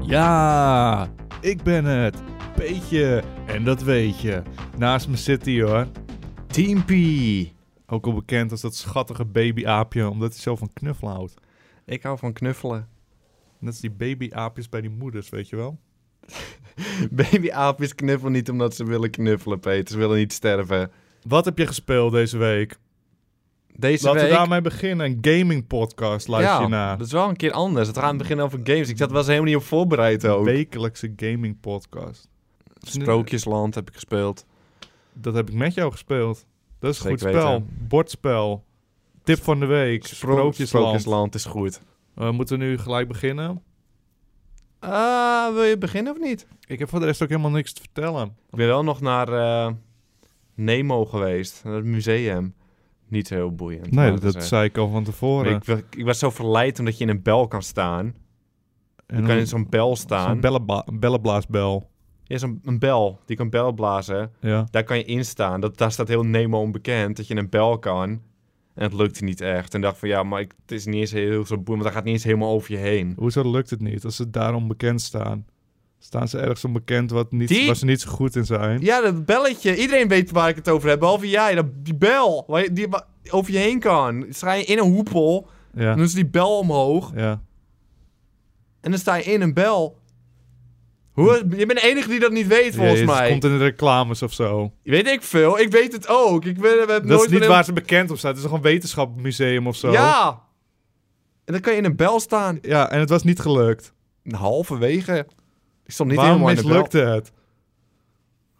Ja, ik ben het. Peetje. En dat weet je. Naast me zit hij hoor. Team P. Ook al bekend als dat schattige babyaapje, omdat hij zo van knuffelen houdt. Ik hou van knuffelen. Net als die babyaapjes bij die moeders, weet je wel? Babyaapjes knuffelen niet omdat ze willen knuffelen, Peter. Ze willen niet sterven. Wat heb je gespeeld deze week? Deze Laten week... we daarmee beginnen. Een gaming podcast luister ja, je naar. dat is wel een keer anders. Het gaat aan het begin over games. Ik zat wel eens helemaal niet op voorbereid ook. Wekelijkse gaming podcast. Sprookjesland heb ik gespeeld. Dat heb ik met jou gespeeld. Dat is een goed Zeker spel. Bordspel. Tip van de week. Spro- Sprookjesland. Sprookjesland is goed. We moeten nu gelijk beginnen. Ah, wil je beginnen of niet? Ik heb voor de rest ook helemaal niks te vertellen. Ik ben wel nog naar eh, Nemo geweest. Naar het museum. Niet heel boeiend. Nee, laten dat, we zeggen. zei ik al van Nou, Maar tevoren. Ik, wa- ik was zo verleid omdat je in een bel kan staan. En Je dan- kan in zo'n bel zo'n staan. bellenba- bellenblaasbel. Ja, zo'n een bel. Die kan bel blazen. Ja. Daar kan je in staan. Dat, daar staat heel Nemo onbekend. Dat je een bel kan. En het lukte niet echt. En dacht van ja, maar ik, het is niet eens heel zo boeiend. Want dat gaat niet eens helemaal over je heen. Hoezo lukt het niet als ze daarom bekend staan? Staan ze ergens onbekend wat niet, Die- waar ze niet zo goed in zijn? Ja, dat belletje. Iedereen weet waar ik het over heb. Behalve jij. Dat, die bel. Waar je, die wa- over je heen kan. Sta je in een hoepel. Ja. Dan is die bel omhoog. ja. En dan sta je in een bel. Hoe, je bent de enige die dat niet weet, volgens Ja, het mij. komt in de reclames of zo. Weet ik veel. Ik weet het ook. Ik ben, we hebben Dat nooit is niet van waar ze bekend op staan. Het is toch een wetenschapsmuseum of zo? Ja! En dan kan je in een bel staan. Ja, en het was niet gelukt. Halverwege. Ik stond niet Waarom helemaal in de bel. mislukte het?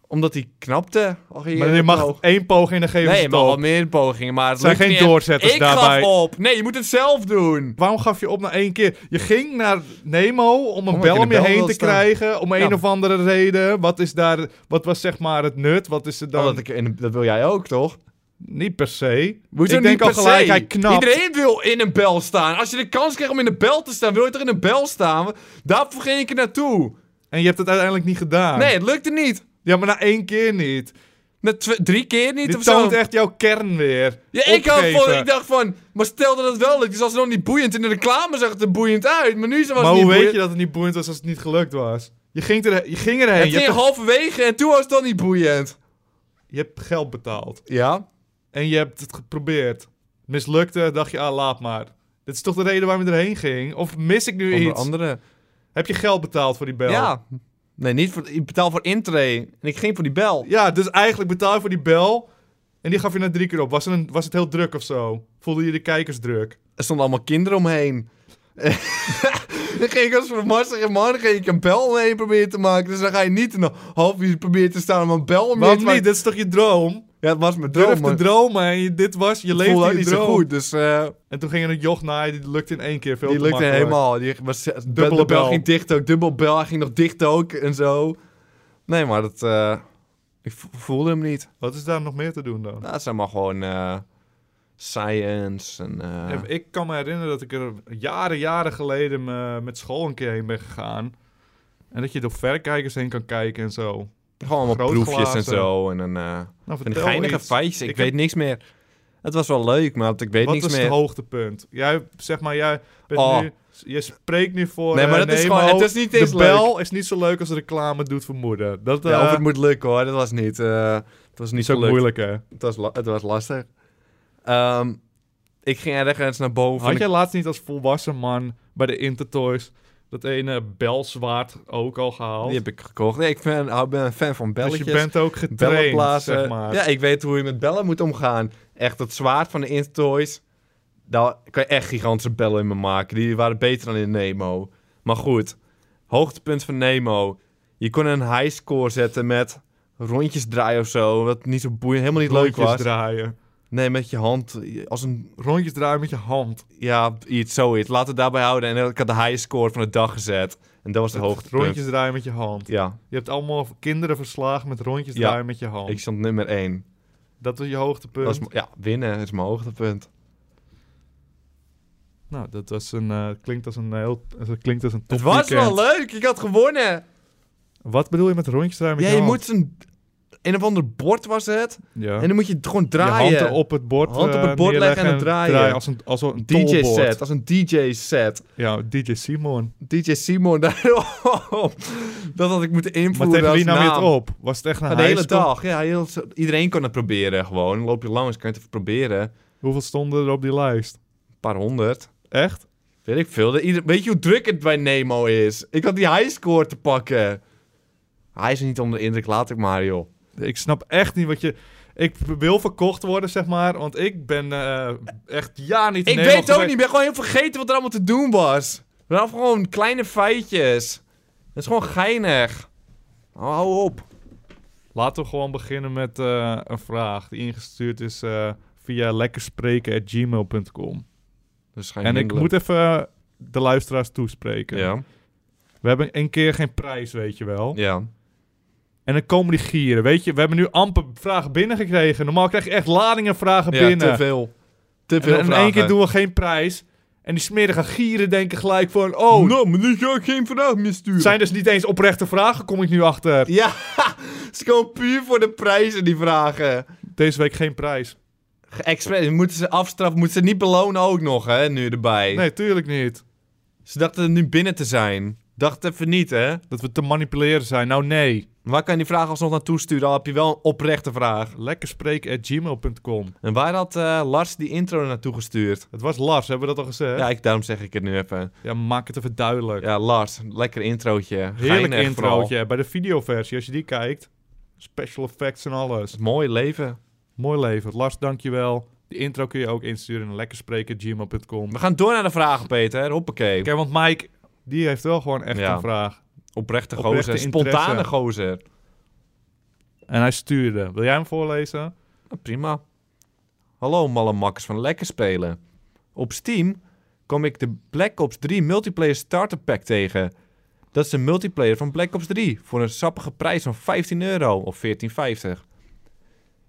Omdat hij knapte. Ach, hier, Maar je mag oh. één poging en dan geven ze Nee, je het mag op. wel meer pogingen, maar... Het Zijn lukt geen niet echt. doorzetters ik daarbij. gaf op. Nee, je moet het zelf doen. Waarom gaf je op na één keer? Je ging naar Nemo om een Omdat bel ik in om de je bel heen wil te staan. krijgen. Om een Ja. of andere reden. Wat, is daar, wat was zeg maar het nut? Wat is er dan? Omdat ik, en Oh, dat wil jij ook, toch? Niet per se. Hoezo ik denk niet al per se? gelijk, hij knapt. Iedereen wil in een bel staan. Als je de kans krijgt om in een bel te staan, wil je toch in een bel staan? Daarvoor ging ik er naartoe. En je hebt het uiteindelijk niet gedaan. Nee, het lukte niet. Ja, maar na één keer niet. Na tw- drie keer niet Dit of zo. toont echt jouw kern weer. Ja, ik, had Opgeven. voor, ik dacht van, maar stel dat het wel lukt, is alsnog niet boeiend. In de reclame zag het er boeiend uit, maar nu was het Maar niet hoe weet boeiend. je dat het niet boeiend was als het niet gelukt was? Je ging, er, je ging erheen. Het Je hebt, ging toch- halverwege en toen was het dan niet boeiend. je hebt geld betaald. Ja? En je hebt het geprobeerd. Mislukte, dacht je, ah, laat maar. Dit is toch de reden waarom je erheen ging? Of mis ik nu Onder iets? andere. Heb je geld betaald voor die bel? Ja. Nee, niet voor, ik betaal voor intree. En ik ging voor die bel. Ja, dus eigenlijk betaal je voor die bel. En die gaf je na drie keer op. Was, er een, was het heel druk of zo? Voelde je de kijkers druk? Er stonden allemaal kinderen omheen. dan ging ik als vermassige man ging ik een bel omheen proberen te maken. Dus dan ga je niet een half uur proberen te staan om een bel omheen Waarom te niet? maken. Dit is toch je droom? Ja, het was mijn droom, Durf maar te dromen en je, dit was, je het leefde voelde je ook niet droom. zo goed. Dus eh, En toen ging er een joch naar, die lukte in één keer veel die te lukte makkelijk. helemaal. Die was, Dubbele dubbele de bel, bel. ging dicht ook. Dubbel bel, hij ging nog dicht ook en zo. Nee, maar dat... eh, ik vo- voelde hem niet. Wat is daar nog meer te doen dan? Nou, het zijn maar gewoon eh, science en... eh, Ja, Ik kan me herinneren dat ik er jaren, jaren geleden me- met school een keer heen ben gegaan. En dat je door verrekijkers heen kan kijken en zo. gewoon allemaal grootglazen. proefjes en zo. En een, eh Nou, van die vertel geinige iets. feitjes. Ik, Ik weet heb- niks meer. Het was wel leuk, maar ik weet Wat niks is meer. het hoogtepunt? Jij, zeg maar, jij bent Oh. nu... Je spreekt nu voor Nee, maar eh, dat is Nemo. gewoon- het is niet eens De bel is niet zo leuk als de reclame doet voor moeder. Dat eh, Ja, of het moet lukken hoor, dat was niet. eh, het was niet is zo ook moeilijk. moeilijk, hè? Het was, la- het was lastig. Ehm, ik ging ergens naar boven. Had en ik- jij laatst niet als volwassen man bij de Intertoys dat ene belzwaard ook al gehaald? Die heb ik gekocht. Nee, ik ben, hou- ben een fan van dus belletjes. je bent ook bellen getraind, blazen. zeg maar. Ja, ik weet hoe je met bellen moet omgaan. Echt, dat zwaard van de Intertoys. Daar kan je echt gigantische bellen in me maken. Die waren beter dan in Nemo. Maar goed, hoogtepunt van Nemo. Je kon een highscore zetten met rondjes draaien of zo. Wat niet zo boeiend, helemaal niet Rondjes leuk was. draaien. Nee, met je hand. Als een Rondjes draaien met je hand. Ja, iets zoiets. Laten we het daarbij houden. En ik had de high score van de dag gezet. En dat was de hoogtepunt. Rondjes draaien met je hand. Ja, Je hebt allemaal kinderen verslagen met rondjes Ja. draaien met je hand. ik stond nummer 1. Dat was je hoogtepunt. Dat was, m- ja, winnen is mijn hoogtepunt. Nou, dat was een, eh, klinkt als een heel... eh, Dat klinkt als een Het was topweekend. Oh wel leuk. Ik had gewonnen. Wat bedoel je met rondjes draaien met Ja, je je hand? moet een, een of ander bord was het. Ja. En dan moet je het gewoon je draaien. hand op het bord, Hand op eh, het bord leggen en neerleggen het draaien. Als een, als een DJ-set, tolbord. als een DJ-set. Ja, DJ Simon. DJ Simon daarop. Dat had ik moeten Maar invoeren tegen als wie nam je het naam. op? Was het echt een Ja, de hele high school? dag. Ja, heel, iedereen kon het proberen gewoon. Dan Loop je langs, kan je het even proberen. Een Hoeveel stonden er op die lijst? paar honderd. Echt? Weet ik veel. De- ieder- weet je hoe druk het bij Nemo is? Ik had die highscore te pakken. Hij is er niet onder de indruk, laat ik maar, joh. Ik snap echt niet wat je... Ik wil verkocht worden, zeg maar. Want ik ben eh, echt ja niet... in Ik Nederland weet het ook geweest. niet, ik ben gewoon heel vergeten wat er allemaal te doen was. Vanaf gewoon kleine feitjes. Dat is gewoon geinig. Hou, hou op. Laten we gewoon beginnen met eh, een vraag die ingestuurd is eh, via lekkerspreken.gmail.com. En ik moet even eh, de luisteraars toespreken. Ja, We hebben een keer geen prijs, weet je wel. ja. En dan komen die gieren. Weet je, we hebben nu amper vragen binnengekregen. Normaal krijg je echt ladingen vragen ja binnen. te veel. Te En veel in één keer doen we geen prijs. En die smerige gieren denken gelijk van... Oh, Nou, maar nu ga ik geen vraag meer sturen. zijn dus niet eens oprechte vragen, kom ik nu achter. Ja, het is gewoon puur voor de prijzen die vragen. Deze week geen prijs. Expres, moeten ze afstraffen, moeten ze niet belonen ook nog, hè, nu erbij. Nee, tuurlijk niet. Ze dachten nu binnen te zijn. Dacht even niet, hè. Dat we te manipuleren zijn. Nou, nee. Waar kan je die vraag alsnog naartoe sturen, al heb je wel een oprechte vraag. Lekkerspreken.gmail.com En waar had eh, Lars die intro naartoe gestuurd? Het was Lars, hebben we dat al gezegd? Ja, ik, daarom zeg ik het nu even. Ja, maak het even duidelijk. Ja, Lars, lekker introotje. Heerlijk Geinig vooral. introotje. Bij de videoversie, als je die kijkt. Special effects en alles. Het mooie leven. Mooi levert. Lars, dankjewel. De intro kun je ook insturen naar lekkerspreken.gmail.com. We gaan door naar de vragen, Peter. Hoppakee. Oké, want Mike, die heeft wel gewoon echt Ja. een vraag. Oprechte gozer. Oprechte interesse. Spontane gozer. En hij stuurde. Wil jij hem voorlezen? Nou, prima. Hallo malle makkers van Lekker Spelen. Op Steam kom ik de Black Ops 3 Multiplayer Starter Pack tegen. Dat is de multiplayer van Black Ops 3 voor een sappige prijs van 15 euro of 14,50.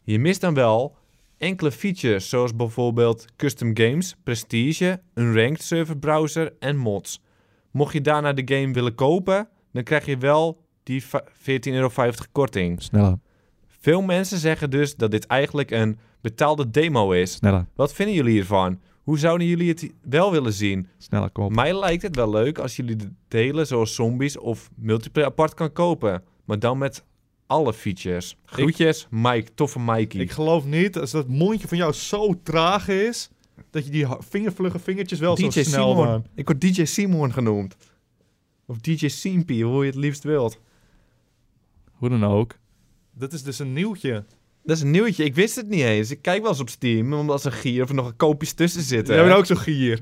Je mist dan wel enkele features zoals bijvoorbeeld custom games, prestige, een ranked server browser en mods. Mocht je daarna de game willen kopen, dan krijg je wel die va- 14,50 euro korting. Sneller, Veel mensen zeggen dus dat dit eigenlijk een betaalde demo is. sneller, Wat vinden jullie hiervan? Hoe zouden jullie het wel willen zien? sneller, kom Mij lijkt het wel leuk als jullie de delen zoals zombies of multiplayer apart kan kopen. Maar dan met alle features. Groetjes, Mike. Toffe Mikey. Ik geloof niet, als dat mondje van jou zo traag is, dat je die ha- vingervlugge vingertjes wel zo DJ snel Simon. maakt. Ik word DJ Simon genoemd. Of DJ Simpy, hoe je het liefst wilt. Hoe dan ook. Dat is dus een nieuwtje. Dat is een nieuwtje. Ik wist het niet eens. Ik kijk wel eens op Steam, omdat ze gier of er nog een koopjes tussen zitten. Jij bent ook zo gier.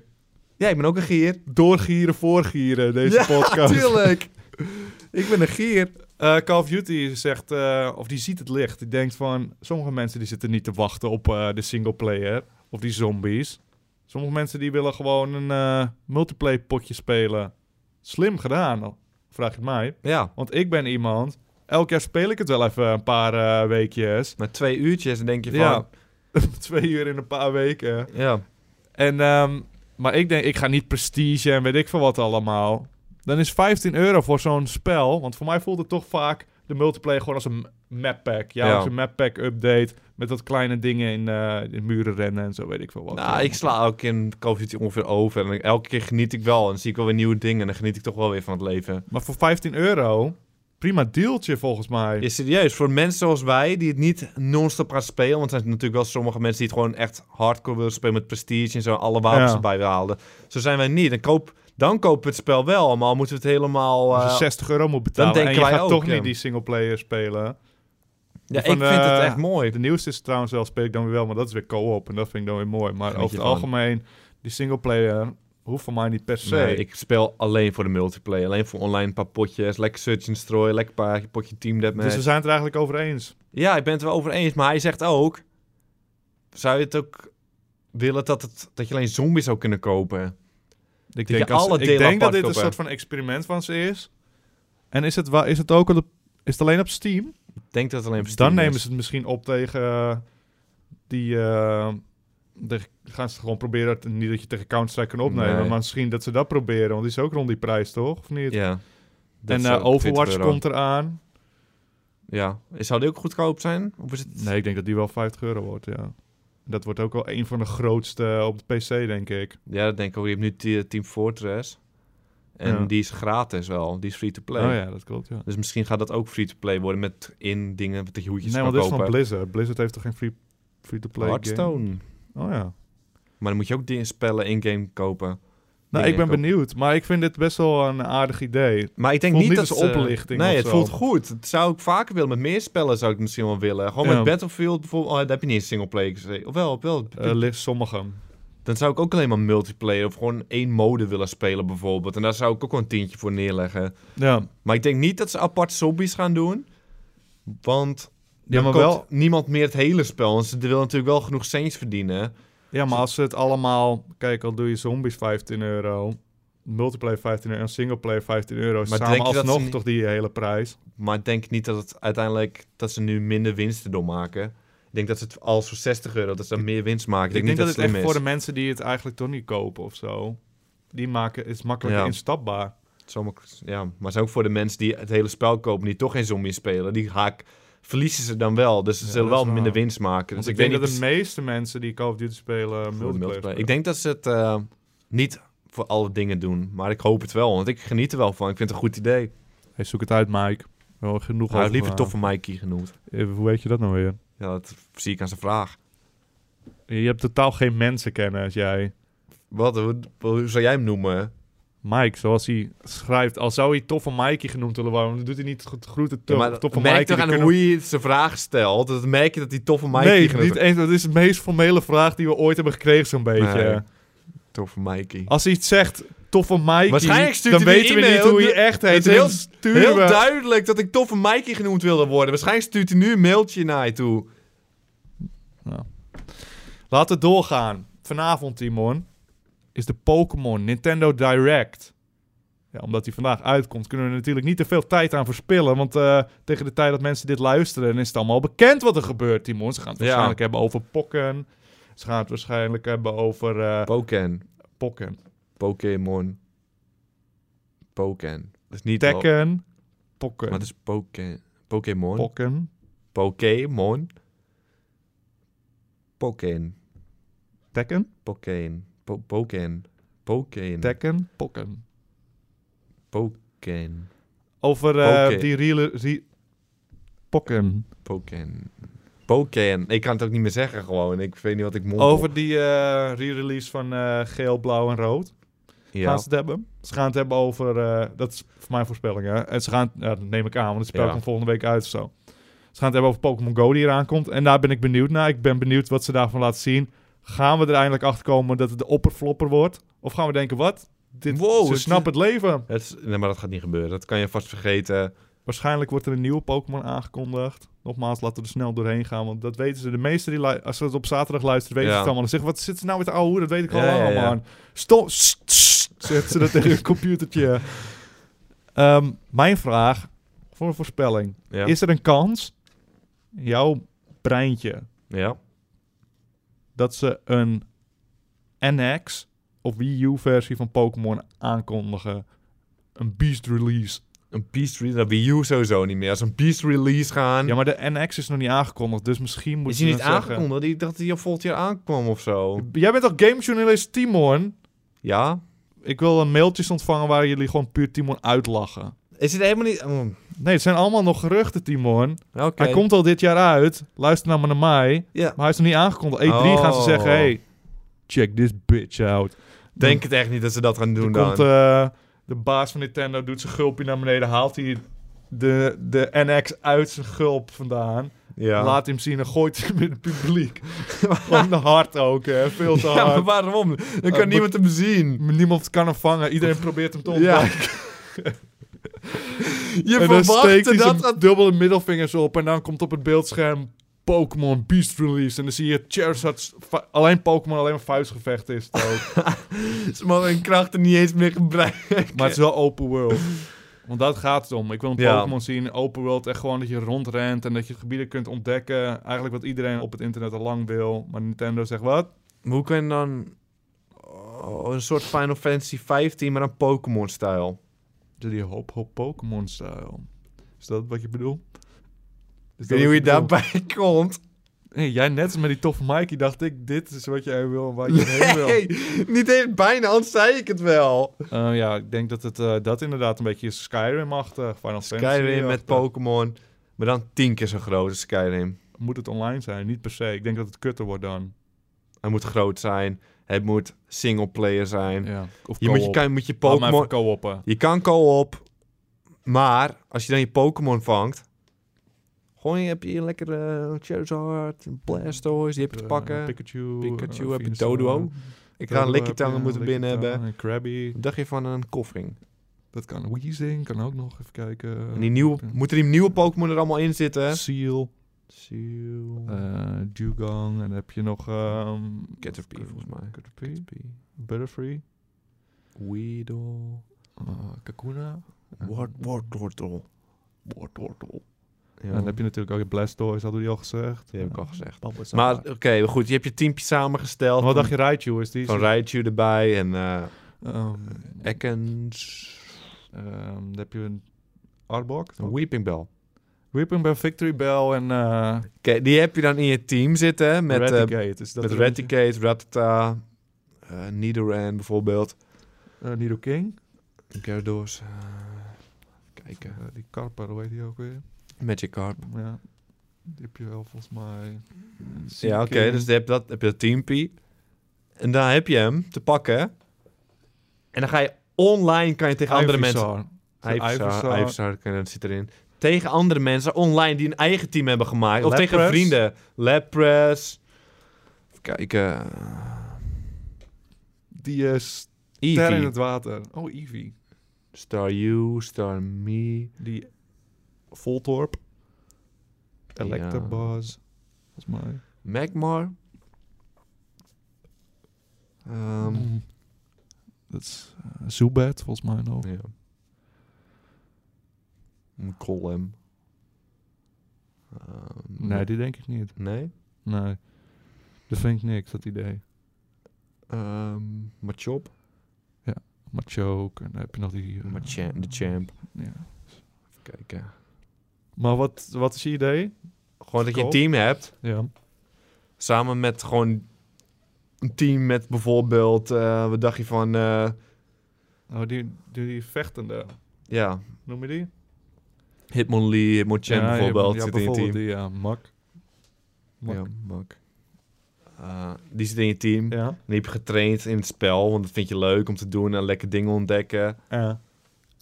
Ja, ik ben ook een gier. doorgieren, voorgieren, deze ja, podcast. tuurlijk. ik ben een gier. Eh, Call of Duty zegt, eh, of die ziet het licht. Die denkt van, sommige mensen die zitten niet te wachten op eh de singleplayer of die zombies. Sommige mensen die willen gewoon een eh multiplayer potje spelen. Slim gedaan, vraag je het mij. Ja, Want ik ben iemand, elk jaar speel ik het wel even een paar eh, weekjes. na twee uurtjes dan denk je van... Ja. Ja. Twee uur in een paar weken. En, ehm, maar ik denk, ik ga niet prestige en weet ik veel wat allemaal. Dan is 15 euro voor zo'n spel. Want voor mij voelt het toch vaak de multiplayer gewoon als een map pack. Ja, Ja. als een map pack update. Met wat kleine dingen in, eh, in muren rennen en zo weet ik veel wat. Nou, ik sla elke keer een Call of Duty ongeveer over. En elke keer geniet ik wel. En zie ik wel weer nieuwe dingen. En dan geniet ik toch wel weer van het leven. Maar voor 15 euro, prima deeltje volgens mij. Is serieus, voor mensen zoals wij, die het niet non-stop gaan spelen... want er zijn natuurlijk wel sommige mensen die het gewoon echt hardcore willen spelen... met prestige en zo, alle wapens Ja. erbij willen halen. Zo zijn wij niet. Dan, koop, dan kopen we het spel wel, maar moeten we het helemaal... Als eh, je 60 euro moet betalen denken en je wij gaat ook, toch ja. niet die singleplayer spelen. ja, ik van, vind het eh, echt mooi. De nieuwste is trouwens wel, speel ik dan weer wel, maar dat is weer co-op. En dat vind ik dan weer mooi. Maar over Geniet het je van. algemeen, die singleplayer hoeft voor mij niet per se. Nee, ik speel alleen voor de multiplayer. Alleen voor online een paar potjes. Lekker search and destroy. Lekker paar een potje team deathmatch. Dus we zijn het er eigenlijk over eens. Ja, ik ben het er wel over eens. Maar hij zegt ook... Zou je het ook willen dat, het, dat je alleen zombies zou kunnen kopen? Ik je denk, als- alle ik delen denk dat apart dit een kopen. soort van experiment van ze is. En is het, wa- is het ook op de- is het alleen op Steam? Ik denk dat het alleen voor Dan Steam nemen is. ze het misschien op tegen eh, die. eh, de, gaan ze gewoon proberen. dat- Niet dat je tegen Counter-Strike kan opnemen. Nee. Maar misschien dat ze dat proberen. Want die is ook rond die prijs, toch? Of niet? Ja. Dat en zou eh, ook 20 Overwatch euro. komt eraan. Ja. Zou die ook goedkoop zijn? Of is het... Nee, ik denk dat die wel 50 euro wordt, ja. Dat wordt ook wel een van de grootste eh, op de PC, denk ik. Ja, dat denk ik ook. Je hebt nu Te- Team Fortress. En Ja. die is gratis wel. Die is free-to-play. Oh ja, dat klopt, ja. Dus misschien gaat dat ook free-to-play worden met in dingen dat je hoedjes Nee, kan want dit is van kopen. Blizzard. Blizzard heeft toch geen free- free-to-play game? Hearthstone. Oh ja. Maar dan moet je ook die spellen in-game kopen. Nou, Dingen ik ben kopen. benieuwd. Maar ik vind dit best wel een aardig idee. Maar ik denk Voelt niet niet dat als ze- oplichting Nee, of het zo. voelt goed. Dat zou ik vaker willen. Met meer spellen zou ik het misschien wel willen. Gewoon Ja. met Battlefield bijvoorbeeld. Oh, daar heb je niet eens singleplayer gezien. Of wel, wel. Eh ligt sommigen. Dan zou ik ook alleen maar multiplayer of gewoon één mode willen spelen bijvoorbeeld. En daar zou ik ook wel een tientje voor neerleggen. Ja. Maar ik denk niet dat ze apart zombies gaan doen. Want Ja, dan maar koopt wel... niemand meer het hele spel. Want ze willen natuurlijk wel genoeg cents verdienen. Ja, maar als ze het allemaal... Kijk, al doe je zombies 15 euro... Multiplayer 15 euro en singleplayer 15 euro. Maar samen denk je dat ze alsnog niet- toch die hele prijs. Maar ik denk niet dat het uiteindelijk dat ze nu minder winsten door maken. Ik denk dat ze het als voor 60 euro dat ze dan meer winst maken. Ik, Ik, denk, denk dat niet het dat, echt het voor slim is. de mensen die het eigenlijk toch niet kopen of zo... Die maken het makkelijker Ja. instapbaar. Zomaar- ja, maar het is ook voor de mensen die het hele spel kopen, die toch geen zombies spelen. Die haak verliezen ze dan wel. Dus ze Ja, zullen dat is wel waar. minder winst maken. Want Dus ik denk ik weet dat niet de meeste mensen die Call of Duty spelen... precies voor Multiplayer, de multiplayer. Ik spelen. denk dat ze het eh, niet voor alle dingen doen. Maar ik hoop het wel, want ik geniet er wel van. Ik vind het een goed idee. Hey, zoek het uit, Mike. Wel genoeg Hij heeft over, liever eh, toffe Mikey genoemd. eh, Hoe weet je dat nou weer? Ja, dat zie ik aan zijn vraag. Je hebt totaal geen mensenkennis, jij. Wat, hoe, hoe zou jij hem noemen? Mike, zoals hij schrijft, al zou hij toffe Mikey genoemd willen worden, dan doet hij niet goed groeten Ja, to- maar toffe merk Mikey. toch die aan kunnen- hoe je zijn vraag stelt. Dat merk je dat die toffe Mikey nee, genoemd niet eens. Dat is de meest formele vraag die we ooit hebben gekregen, zo'n beetje. Nee. Toffe Mikey. Als hij iets zegt, toffe Mikey, Waarschijnlijk stuurt dan hij een weten we niet e-mail. hoe hij Het echt heet. is heel- Dan sturen Heel we- duidelijk dat ik toffe Mikey genoemd wilde worden. Waarschijnlijk stuurt hij nu een mailtje naar je toe. Laten we doorgaan. Vanavond, Timon, is de Pokémon Nintendo Direct. Ja, omdat die vandaag uitkomt, kunnen we er natuurlijk niet te veel tijd aan verspillen. Want eh, tegen de tijd dat mensen dit luisteren, is het allemaal bekend wat er gebeurt, Timon. Ze gaan het Ja. waarschijnlijk hebben over Pokken. Ze gaan het waarschijnlijk hebben over eh Pokken. Pokken. Pokémon. Pokken. Dat is niet... lo- Tekken. Maar Pokken. dat is Pokken. Pokémon. Pokken. Pokémon. Pokken. Hmm. Tekken. Pokken. Po- Pokken. Pokken. Tekken. Pokken. Pokken. Over eh, Pokken. die reale... re- Pokken. Pokken. Pokken. Ik kan het ook niet meer zeggen gewoon. Ik weet niet wat ik moet. Over die eh, re-release van eh, geel, blauw en rood. gaan Ja. ze het hebben. Ze gaan het hebben over... eh, dat is voor mijn voorspelling, hè. En ze gaan... Ja, dat neem ik aan, want het spel Ja. komt volgende week uit of zo. Ze gaan het hebben over Pokémon Go die eraan komt. En daar ben ik benieuwd naar. Ik ben benieuwd wat ze daarvan laten zien. Gaan we er eindelijk achter komen dat het de opperflopper wordt? Of gaan we denken, wat? Dit, Wow, ze het- snappen het leven. Het is- nee, maar dat gaat niet gebeuren. Dat kan je vast vergeten. Waarschijnlijk wordt er een nieuwe Pokémon aangekondigd. Nogmaals, laten we er snel doorheen gaan. Want dat weten ze. De meesten die lui- als ze het op zaterdag luisteren, weten Ja. ze het allemaal. Dan zeggen wat zit ze nou met de oude hoer? Dat weet ik al Ja, lang ja, allemaal. ja. aan. Stop. sst, sst, Zegt ze dat tegen een computertje. Ehm, mijn vraag voor een voorspelling. Ja. Is er een kans, jouw breintje, Ja. dat ze een NX of Wii U versie van Pokémon aankondigen? Een beast release. Een Beast Release, dat Wii U sowieso niet meer. Als een Beast Release gaan... Ja, maar de NX is nog niet aangekondigd, dus misschien moet is je hij niet het zeggen. aangekondigd? Ik dacht dat hij al volgend jaar aankwam of zo. Jij bent toch gamejournalist Timon? Ja? Ik wil een mailtjes ontvangen waar jullie gewoon puur Timon uitlachen. Is het helemaal niet... Mm, Nee, het zijn allemaal nog geruchten, Timon. Oké. Hij komt al dit jaar uit. Luister nou maar naar mij. Ja. Maar hij is nog niet aangekondigd. E3 gaan ze Oh. zeggen, hey, check this bitch out. Denk het echt niet dat ze dat gaan Er doen dan. komt, eh, de baas van Nintendo doet zijn gulpje naar beneden, haalt hij de, de NX uit zijn gulp vandaan. ja. eh, Laat hem zien en gooit hem in het publiek. Gewoon de hard ook, hè. veel te ja, hard. maar waarom? Dan kan Eh, niemand hem zien. Niemand kan hem vangen. Iedereen probeert hem te Ja. ontwijken. Je eh, en dan steekt verwachtte hij dat... zijn dat... dubbele middelvingers op. En dan komt op het beeldscherm Pokémon Beast Release. En dan zie je Charizard's... va- Alleen Pokémon, alleen maar vuistgevecht is het ook. Ze mogen hun krachten niet eens meer gebruiken. maar het is wel open world. Want dat gaat het om. Ik wil een Ja. Pokémon zien, open world. Echt gewoon dat je rondrent en dat je gebieden kunt ontdekken. Eigenlijk wat iedereen op het internet al lang wil. Maar Nintendo zegt wat? Maar hoe kan je dan... oh, een soort Final Fantasy 15, maar dan Pokémon-stijl. Die hop hop Pokémon style. Is dat wat je bedoelt? Dus Ik weet niet hoe je dat is wat ik bedoel. daarbij komt. Nee, jij net als met die toffe Mikey dacht ik, dit is wat jij wil en waar je heen wil. Nee, niet eens bijna, anders zei ik het wel. Eh, ja, ik denk dat het, eh, dat inderdaad een beetje is Skyrim-achtig. Final Skyrim met Fantasy-achtig. Pokémon. Maar dan tien keer zo groot als Skyrim. Moet het online zijn? Niet per se. Ik denk dat het kutter wordt dan. Hij moet groot zijn. Het moet singleplayer zijn. Ja. Of Je moet je, co-op. kan- moet je Laat mij Pokémon... even co-oppen. Je kan co-op. Maar als je dan je Pokémon vangt... Gewoon heb je een lekkere Charizard, een Blastoise, die heb je te Eh, pakken. Pikachu. Pikachu eh, heb je Venusaur. Doduo. Ik ga een Doduo Lickitung heb je, moeten binnen Lickitung, hebben. en Krabby. Wat dacht je van een koffering? Dat kan. Weezing kan ook nog. Even kijken. En die nieuwe, moeten die nieuwe Pokémon er allemaal in zitten? Seal. Seal. eh Dugong. En dan heb je nog... ehm Caterpie, volgens mij. Caterpie. Butterfree. Weedle. eh, Kakuna. Wartortle. Wortortle. En Ja, dan heb je natuurlijk ook je Blastoise, hadden we die al gezegd. die heb ik al gezegd. Bulbasaur. Maar oké, goed. Je hebt je teampje samengesteld. Maar wat dacht je Raichu? Is die? Van Eh, Raichu erbij en eh Ehm, Ekans. ehm, dan heb je een Arbok. Een Weeping Bell. Oké, Whipping Bell, Victory Bell en eh die heb je dan in je team zitten. Met, eh Raticate. Is dat met er eentje? Raticate, Rattata, eh Nidoran bijvoorbeeld. Eh, Nidoking. Gyarados. eh, kijken. Eh, die Karper, hoe heet die ook weer? Magikarp. Ja. Die heb je wel volgens mij. Ja, oké. dus heb, dat, heb je dat teampie. En dan heb je hem te pakken. En dan ga je online kan je tegen andere mensen... Ivysaur, Ivysaur. Ivysaur kan- dat zit erin. Tegen andere mensen online die een eigen team hebben gemaakt. Of tegen Lapras. vrienden. Lapras. Even kijken. Die is ster in Eevee. het water. Oh, Eevee. Star You, Star Me. Die Voltorb. Electabuzz. Volgens mij. Magmar. Ehm, Mm. Dat is eh, Zubat, volgens mij nog. ja. Een Golem. Ehm, Nee, die denk ik niet. Nee? Nee. Dat vind ik niks, dat idee. Ehm Machop. Machoke, en dan heb je nog die... eh, Machamp, de champ. ja. Even kijken. Maar wat, wat is je idee? Gewoon dat je Cool. een team hebt. Ja. Samen met gewoon een team met bijvoorbeeld, eh, wat dacht je van, eh, Oh, die, die, die vechtende, ja, noem je die? Hitmonlee, Hitmonchan Ja, bijvoorbeeld, ja, zit in je bijvoorbeeld team. die, ja, Mak. Mak. Ja, Mak. Eh, die zit in je team. Ja. En die heb je getraind in het spel, want dat vind je leuk om te doen en lekker dingen ontdekken. Ja.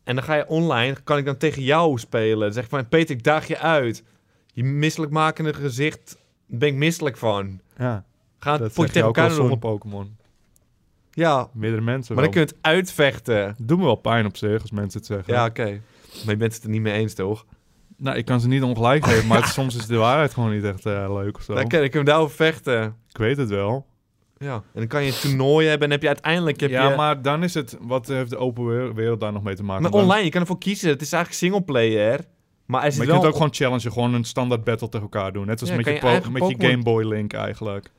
En dan ga je online, kan ik dan tegen jou spelen. Dan zeg ik van, Peter, ik daag je uit. Je misselijkmakende gezicht, daar ben ik misselijk van. ja. Ga Dat het zeg potje tegen elkaar zonder doen. Pokémon. Ja, Meerdere mensen maar dan wel. kun je het uitvechten. Doet me wel pijn op zich, als mensen het zeggen. Ja, oké. Maar je bent het er niet mee eens, toch? Nou, ik kan ze niet ongelijk geven, maar soms is de waarheid gewoon niet echt eh, leuk of zo. Dan kan Nou, ik hem daarover vechten. Ik weet het wel. Ja. En dan kan je een toernooi hebben en heb je uiteindelijk... Heb ja, je, maar dan is het... Wat heeft de open wer- wereld daar nog mee te maken? maar Dan- online, je kan ervoor kiezen. Het is eigenlijk singleplayer. Maar er zit Maar je wel... kunt ook gewoon challengen, gewoon een standaard battle tegen elkaar doen. Net zoals Ja, met, kan je, je po- eigen met je Pokémon- Game Boy Link eigenlijk.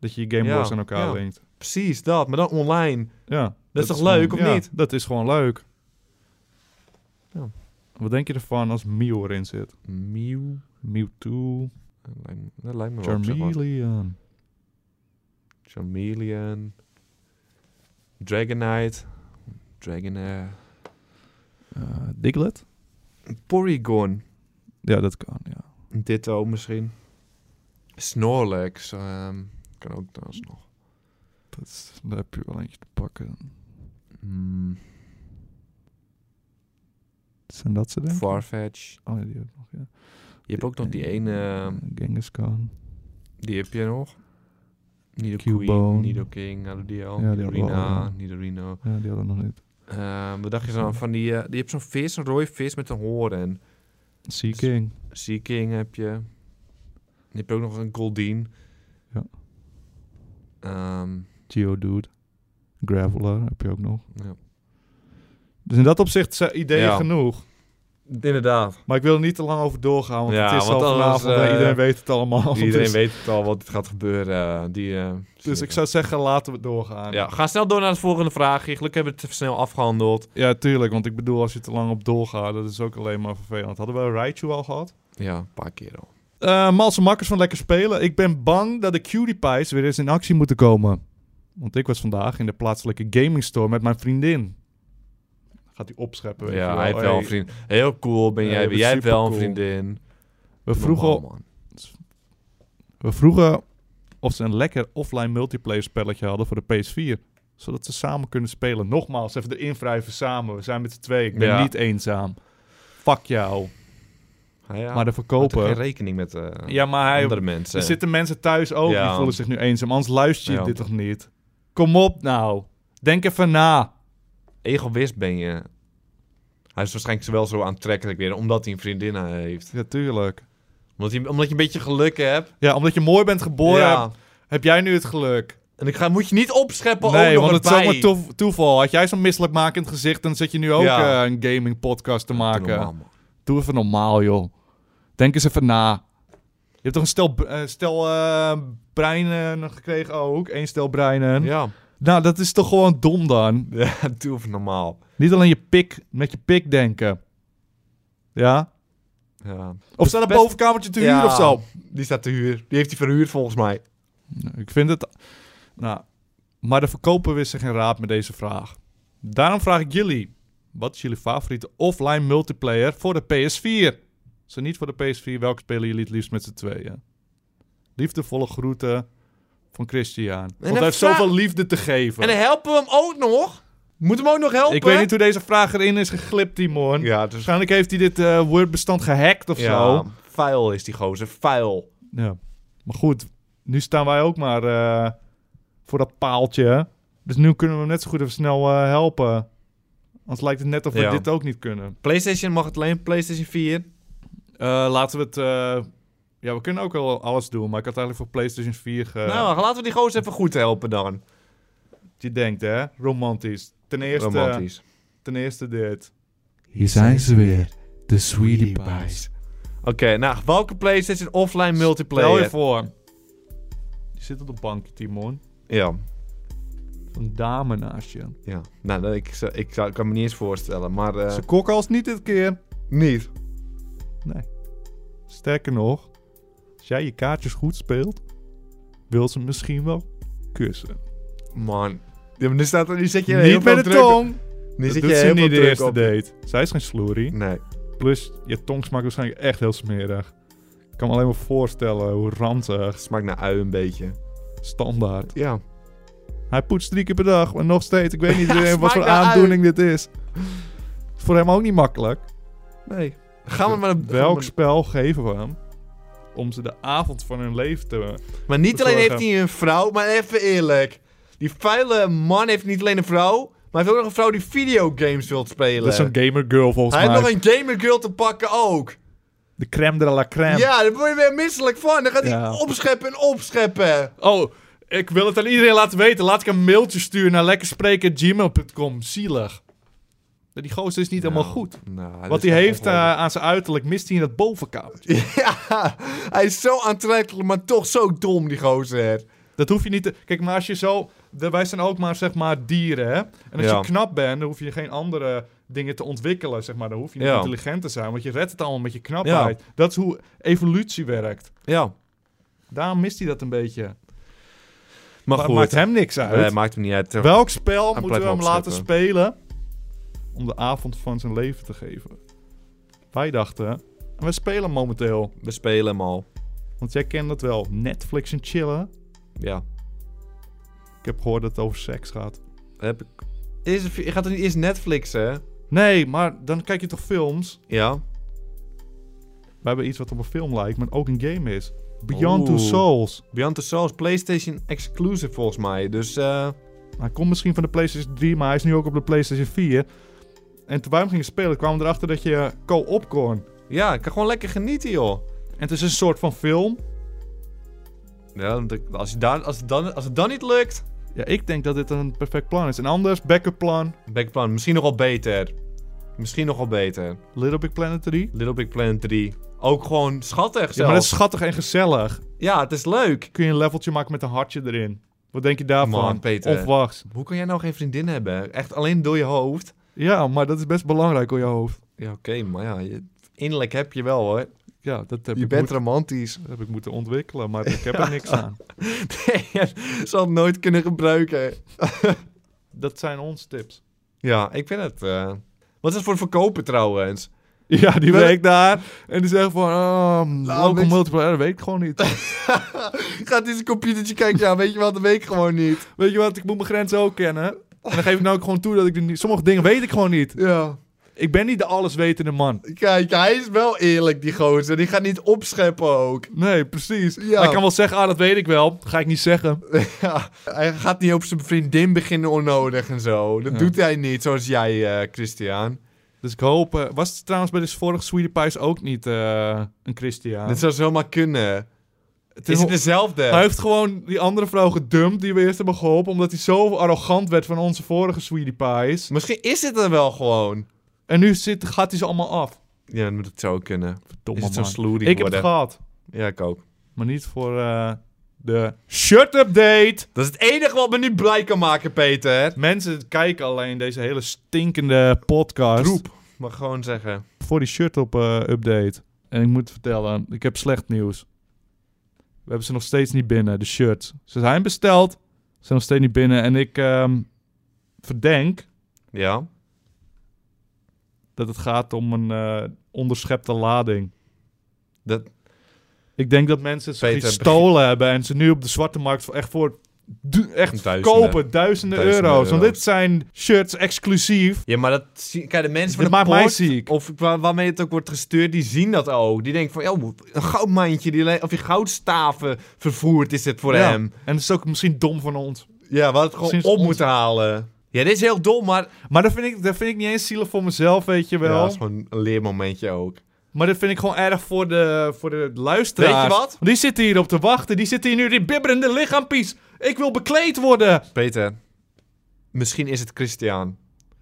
Dat je je Game Ja, Boys aan elkaar ja. linkt. Precies, dat. Maar dan online. Ja. Dat, toch leuk, gewoon- of ja, niet? Dat is gewoon leuk. Ja. Wat denk je ervan als Mew erin zit? Mew. Mewtwo, Dat lijkt me, dat lijkt me wel op zich Oh, wat. Charmeleon. Charmeleon. Dragonite. Dragonair. eh, Diglett? Porygon. Ja, dat kan, ja. Ditto misschien. Snorlax. ehm, kan ook trouwens nog. Dat is- daar heb je wel eentje te pakken. Hmm. Mm, Zijn dat ze denk ik? Farfetch. Oh ja, die ook nog, ja. Je hebt ook nog die Eh, ene... ehm, Genghis Khan. Die heb je nog. Nido Cubone. Queen, Nido King, Alodiel, Ja, die Nido hadden we al, ja. Rina, Nido Rino. Ja, die hadden we nog niet. Ehm, wat dacht je dan van die... eh, die hebt zo'n vis, een rode vis met een hoorn. Sea Dus- King. Sea King heb je. Dan heb je ook nog een Goldeen. Ja. Ehm, Geodude. Graveler heb je ook nog. ja. Dus in dat opzicht zijn ideeën Ja. genoeg. Inderdaad. Maar ik wil er niet te lang over doorgaan, want Ja, het is want al anders, vanavond en eh, iedereen weet het allemaal. Iedereen dus, weet het al wat dit gaat gebeuren. eh, die, eh, zie dus je ik zou zeggen, laten we het doorgaan. wel. Ja, ga snel door naar de volgende vraag. Gelukkig hebben we het snel afgehandeld. Ja, tuurlijk, want ik bedoel, als je te lang op doorgaat, dat is ook alleen maar vervelend. Hadden we Raichu al gehad? Ja, een paar keer al. Eh Malse makkers van lekker spelen. Ik ben bang dat de PewDiePie's weer eens in actie moeten komen. Want ik was vandaag in de plaatselijke gaming store met mijn vriendin. Gaat hij opscheppen? weet je Ja, wel. hij heeft Hey, wel een vriendin. Heel cool ben Ja, jij. je weer. bent jij hebt wel een supercool. vriendin. We vroegen, Normaal, man. we vroegen of ze een lekker offline multiplayer spelletje hadden voor de PS4. Zodat ze samen kunnen spelen. Nogmaals, even erin wrijven samen. We zijn met z'n tweeën. Ik ben Ja. niet eenzaam. Fuck jou. Ah, ja. maar de verkoper... Geen rekening met eh, Ja, maar hij, andere mensen. Er zitten mensen thuis ook eh, Ja. die voelen zich nu eenzaam. Anders luister je Ja. dit toch niet? Kom op nou. Denk even na. Egoïst ben je. Hij is waarschijnlijk wel zo aantrekkelijk weer, omdat hij een vriendin eh, heeft. Natuurlijk. Omdat, hij, omdat je een beetje geluk hebt. Ja, omdat je mooi bent geboren, Ja. heb jij nu het geluk. En ik ga, moet je niet opscheppen ook nee, nog want het is erbij. zomaar tof- toeval. Had jij zo'n misselijkmakend gezicht, dan zit je nu ook Ja. eh, een gaming podcast te Doe maken. normaal, man. Doe even normaal, joh. Denk eens even na. Je hebt toch een stel, b- eh, stel eh, breinen gekregen ook? Eén stel breinen. Ja. Nou, dat is toch gewoon dom dan? ja, doe even normaal. Niet alleen je pik, met je pik denken. Ja? Ja. Of staat een best- bovenkamertje te huur Ja, of zo? Die staat te huur. Die heeft hij verhuurd volgens mij. Ik vind het... Nou, maar de verkoper wist zich geen raad met deze vraag. Daarom vraag ik jullie. Wat is jullie favoriete offline multiplayer voor de PS4? Zo niet voor de PS4, welke spelen jullie het liefst met z'n tweeën? Liefdevolle groeten van Christian. Want hij een heeft vraag- zoveel liefde te geven. En dan helpen we hem ook nog. Moeten we hem ook nog helpen? Ik weet niet hoe deze vraag erin is geglipt, Timon. Ja, dus... Waarschijnlijk heeft hij dit eh Word-bestand gehackt of zo. Ja, vuil is die gozer. Vuil. Ja. Maar goed, nu staan wij ook maar eh, voor dat paaltje. hè. Dus nu kunnen we hem net zo goed even snel eh, helpen. Anders lijkt het net of we Ja. dit ook niet kunnen. PlayStation mag het alleen. PlayStation 4. Eh, laten we het... eh, ja, we kunnen ook wel alles doen. Maar ik had eigenlijk voor PlayStation 4 ge... Nou, laten we die gozer even goed helpen dan. Je denkt, hè? Romantisch. Ten eerste, Romantisch. Ten eerste dit. Hier zijn ze weer, de Sweetie Pies. Oké, nou, welke PlayStation offline Stel je multiplayer? voor. Je zit op een bankje, Timon. Ja, Een dame naast je. ja. Nou, dat- ik, zou- ik, zou- ik kan me niet eens voorstellen, maar... eh, Ze kokken als niet dit keer. niet. Sterker nog, als jij je kaartjes goed speelt, wil ze misschien wel kussen. Man. Ja, maar nu, staat er, nu zit je heel niet veel met de druk op- tong. Nu Dat zit doet je ze heel niet veel de druk eerste op. date. Zij is geen sloerie. Nee. Plus, je tong smaakt waarschijnlijk echt heel smerig. Ik kan me alleen maar voorstellen hoe ranzig. Het smaakt naar ui een beetje. Standaard. Ja. Hij poetst drie keer per dag, maar nog steeds. Ik weet niet wat smaakt voor naar aandoening dit is. Voor hem ook niet makkelijk. Nee. Gaan we maar... gaan we Welk maar- spel geven we hem? Om ze de avond van hun leven te... Maar niet alleen heeft Bezorgen. hij een vrouw, maar even eerlijk. Die vuile man heeft niet alleen een vrouw, maar hij heeft ook nog een vrouw die videogames wilt spelen. Dat is zo'n gamergirl volgens hij heeft mij. nog een gamergirl te pakken ook. De crème de la crème. Ja, daar word je weer misselijk van. Dan gaat hij Ja. opscheppen en opscheppen. Oh, ik wil het aan iedereen laten weten. Laat ik een mailtje sturen naar lekkerspreken.gmail.com. Zielig. Die gozer is niet Nou, helemaal goed. Wat hij heeft eh, aan zijn uiterlijk mist hij in dat bovenkamertje. Ja, hij is zo aantrekkelijk, maar toch zo dom, die gozer. Dat hoef je niet te... Kijk, maar als je zo... de- wij zijn ook maar, zeg maar, dieren, hè? En als Ja. je knap bent, dan hoef je geen andere dingen te ontwikkelen, zeg maar. Dan hoef je niet Ja. intelligent te zijn, want je redt het allemaal met je knapheid. Dat is hoe evolutie werkt. Ja, Daarom mist hij dat een beetje. Maar, maar het maakt hem niks uit. Nee, maakt hem niet uit. Welk spel Aan moeten we hem platform laten spelen om de avond van zijn leven te geven? Wij dachten, en we spelen momenteel, We spelen hem al. want jij kent dat wel, Netflix en chillen. Ja. Ik heb gehoord dat het over seks gaat. Heb ik... Is, je gaat er niet eerst Netflix, hè? Nee, maar dan kijk je toch films? Ja. We hebben iets wat op een film lijkt, maar ook een game is. Beyond Two Oeh. Souls. Beyond the Souls, PlayStation exclusive volgens mij. Dus eh, Hij komt misschien van de PlayStation 3, maar hij is nu ook op de PlayStation 4. En toen wij hem gingen spelen, kwamen we erachter dat je co-op kon. ja, ik kan gewoon lekker genieten, joh. En het is een soort van film. Ja, want ik- als, je daar, als, het dan, als het dan niet lukt, Ja, ik denk dat dit een perfect plan is. En anders, backup plan, Big Plan, misschien nogal beter. Misschien nogal beter. Little Big Planet 3. Little Big Planet 3. Ook gewoon schattig zelfs. Ja, maar dat is schattig en gezellig. het is leuk. Kun je een leveltje maken met een hartje erin? Wat denk je daarvan? Man, Peter. Of wacht. Hoe kan jij nou geen vriendin hebben? Echt alleen door je hoofd? Ja, maar dat is best belangrijk voor je hoofd. Ja, oké, maar ja, je- innerlijk heb je wel hoor. ja, dat heb, Je ik bent moet- romantisch. dat heb ik moeten ontwikkelen, maar ik heb er niks aan. Nee, je zal het nooit kunnen gebruiken. Dat zijn onze tips. Ja, ik vind het. eh, Wat is het voor verkopen trouwens? Ja, die Wel- werkt daar en die zegt van, oh, local weet je- multiplayer, dat weet ik gewoon niet. Gaat in zijn computertje kijken. Ja, weet je wat? Dat weet ik gewoon niet. Weet je wat, ik moet mijn grenzen ook kennen. En dan geef ik nou ook gewoon toe dat ik die niet... Sommige dingen weet ik gewoon niet. Ja. Ik ben niet de alleswetende man. Kijk, hij is wel eerlijk, die gozer. Die gaat niet opscheppen ook. Nee, precies. Ja. Maar ik kan wel zeggen, ah, dat weet ik wel. Dat ga ik niet zeggen. Ja, hij gaat niet op zijn vriendin beginnen onnodig en zo. Dat Ja. doet hij niet, zoals jij, eh, Christian. Dus ik hoop... eh, was het trouwens bij de vorige Sweetie Pies ook niet eh, een Christian? Dat zou zomaar kunnen. Het is Is het wel- dezelfde? Hij heeft gewoon die andere vrouw gedumpt die we eerst hebben geholpen... omdat hij zo arrogant werd van onze vorige Sweetie Pies. Misschien is het dan wel gewoon. En nu zit, gaat hij ze allemaal af. Ja, dat zou kunnen. Verdomme Is het zo'n man. slooty Ik heb het worden? gehad. Ja, ik ook. Maar niet voor eh, de shut-up date. Dat is het enige wat me nu blij kan maken, Peter. Mensen kijken alleen deze hele stinkende podcast. Roep. Mag gewoon zeggen. Voor die shirt-up eh, update. En ik moet vertellen, ik heb slecht nieuws. We hebben ze nog steeds niet binnen, de shirts. Ze zijn besteld, ze zijn nog steeds niet binnen. En ik ehm, verdenk Ja. dat het gaat om een eh, onderschepte lading. Dat... Ik denk dat mensen ze Peter, gestolen hebben en ze nu op de zwarte markt voor- echt voor du- echt Duizenden. kopen, duizenden, Duizenden euro's. Want euro's. dit zijn shirts exclusief. Ja, maar dat zie- Kijk, de mensen van Dit de maakt mij poort, ziek. Of wa- waarmee het ook wordt gestuurd, die zien dat ook. Die denken van, joh, een goudmijntje. Die le- of die goudstaven vervoerd is dit voor Ja. hem. En dat is ook misschien dom van ons. Ja, we hadden het gewoon Sinds op ons- moeten halen. Ja, dit is heel dom, maar... Maar dat vind ik, dat vind ik niet eens zielig voor mezelf, weet je wel. dat is gewoon een leermomentje ook. maar dat vind ik gewoon erg voor de, voor de luisteraars. Weet je wat? Want die zitten hier op te wachten. Die zitten hier nu, die bibberende lichaampies. Ik wil bekleed worden. Peter, misschien is het Christian.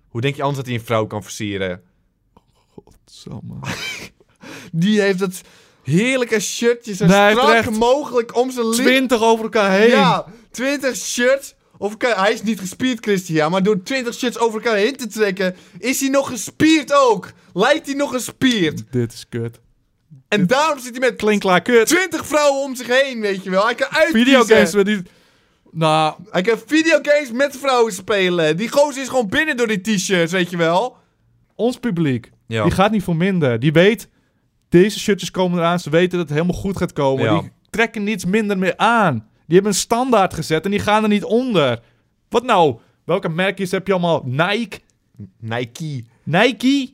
Hoe denk je anders dat hij een vrouw kan versieren? Zo, man. Die heeft dat heerlijke shirtje zo Nee, hij heeft strak er echt mogelijk om zijn lip. Twintig over elkaar heen. Ja, 20 shirts. Of elkaar- hij is niet gespierd, Christian. Maar door 20 shirts over elkaar heen te trekken, is hij nog gespierd ook. Lijkt hij nog gespierd. Dit is kut. En daarom zit hij met Klinkt klaar kut. 20 vrouwen om zich heen, weet je wel. Hij kan uitkiezen. Videogames. we Die... Nou, Hij kan videogames met vrouwen spelen. Die gozer is gewoon binnen door die t-shirts, weet je wel. ons publiek. Ja. Die gaat niet voor minder. Die weet, deze shirtjes komen eraan. Ze weten dat het helemaal goed gaat komen. Ja. Die trekken niets minder meer aan. Die hebben een standaard gezet en die gaan er niet onder. Wat nou? Welke merkjes heb je allemaal? Nike? Nike. Nike?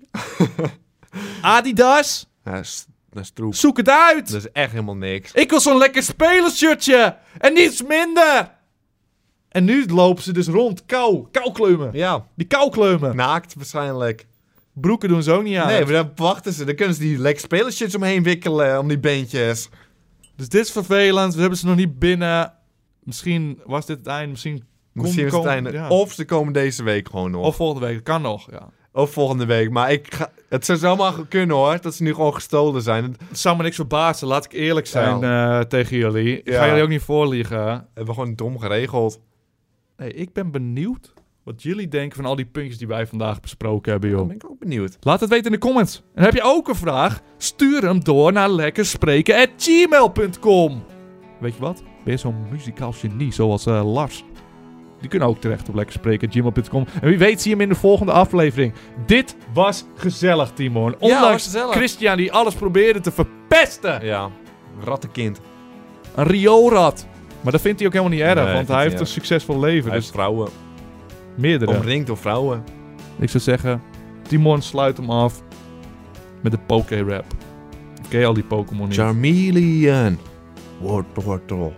Adidas? Ja, dat is, dat is troep. Zoek het uit! Dat is echt helemaal niks. Ik wil zo'n lekker spelershirtje! En niets minder! En nu lopen ze dus rond. Kou. Koukleumen. Ja, Die koukleumen. naakt waarschijnlijk. Broeken doen ze ook niet aan. Nee, maar dan wachten ze. Dan kunnen ze die lek spelershits omheen wikkelen, eh, om die beentjes. Dus dit is vervelend. We hebben ze nog niet binnen. Misschien was dit het einde. Misschien, kom- Misschien is het kom- einde. ja. Of, Of ze komen deze week gewoon nog. Of, volgende week. Kan nog. Ja. volgende week. Maar ik ga, het zou zomaar kunnen hoor, dat ze nu gewoon gestolen zijn. Dat Het zou me niks verbazen. Laat ik eerlijk zijn eh, tegen jullie. Ik ga Ja. jullie ook niet voorliegen. hebben we gewoon dom geregeld. Nee, ik ben benieuwd wat jullie denken van al die puntjes die wij vandaag besproken hebben, Dan joh. ben ik ook benieuwd. Laat het weten in de comments. En heb je ook een vraag? Stuur hem door naar lekkerspreken.gmail.com Weet je wat? Ben je zo'n muzikaal genie zoals eh, Lars? Die kunnen ook terecht op lekkerspreken.gmail.com En wie weet zie je hem in de volgende aflevering. Dit was gezellig, Timon. Ondanks gezellig. Christian die alles probeerde te verpesten. Ja, rattenkind. Een rioolrat. Maar dat vindt hij ook helemaal niet erg, Nee, want vindt hij hij heeft een niet succesvol leven. Hij is Dus vrouwen. meerdere. Omringd door vrouwen. Ik zou zeggen, Timon sluit hem af met de Poké-rap. Ken je al die Pokémon niet? Charmeleon. Wortortle.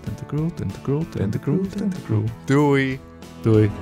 Tentacruel, tentacruel, tentacruel, tentacruel. Doei. Doei.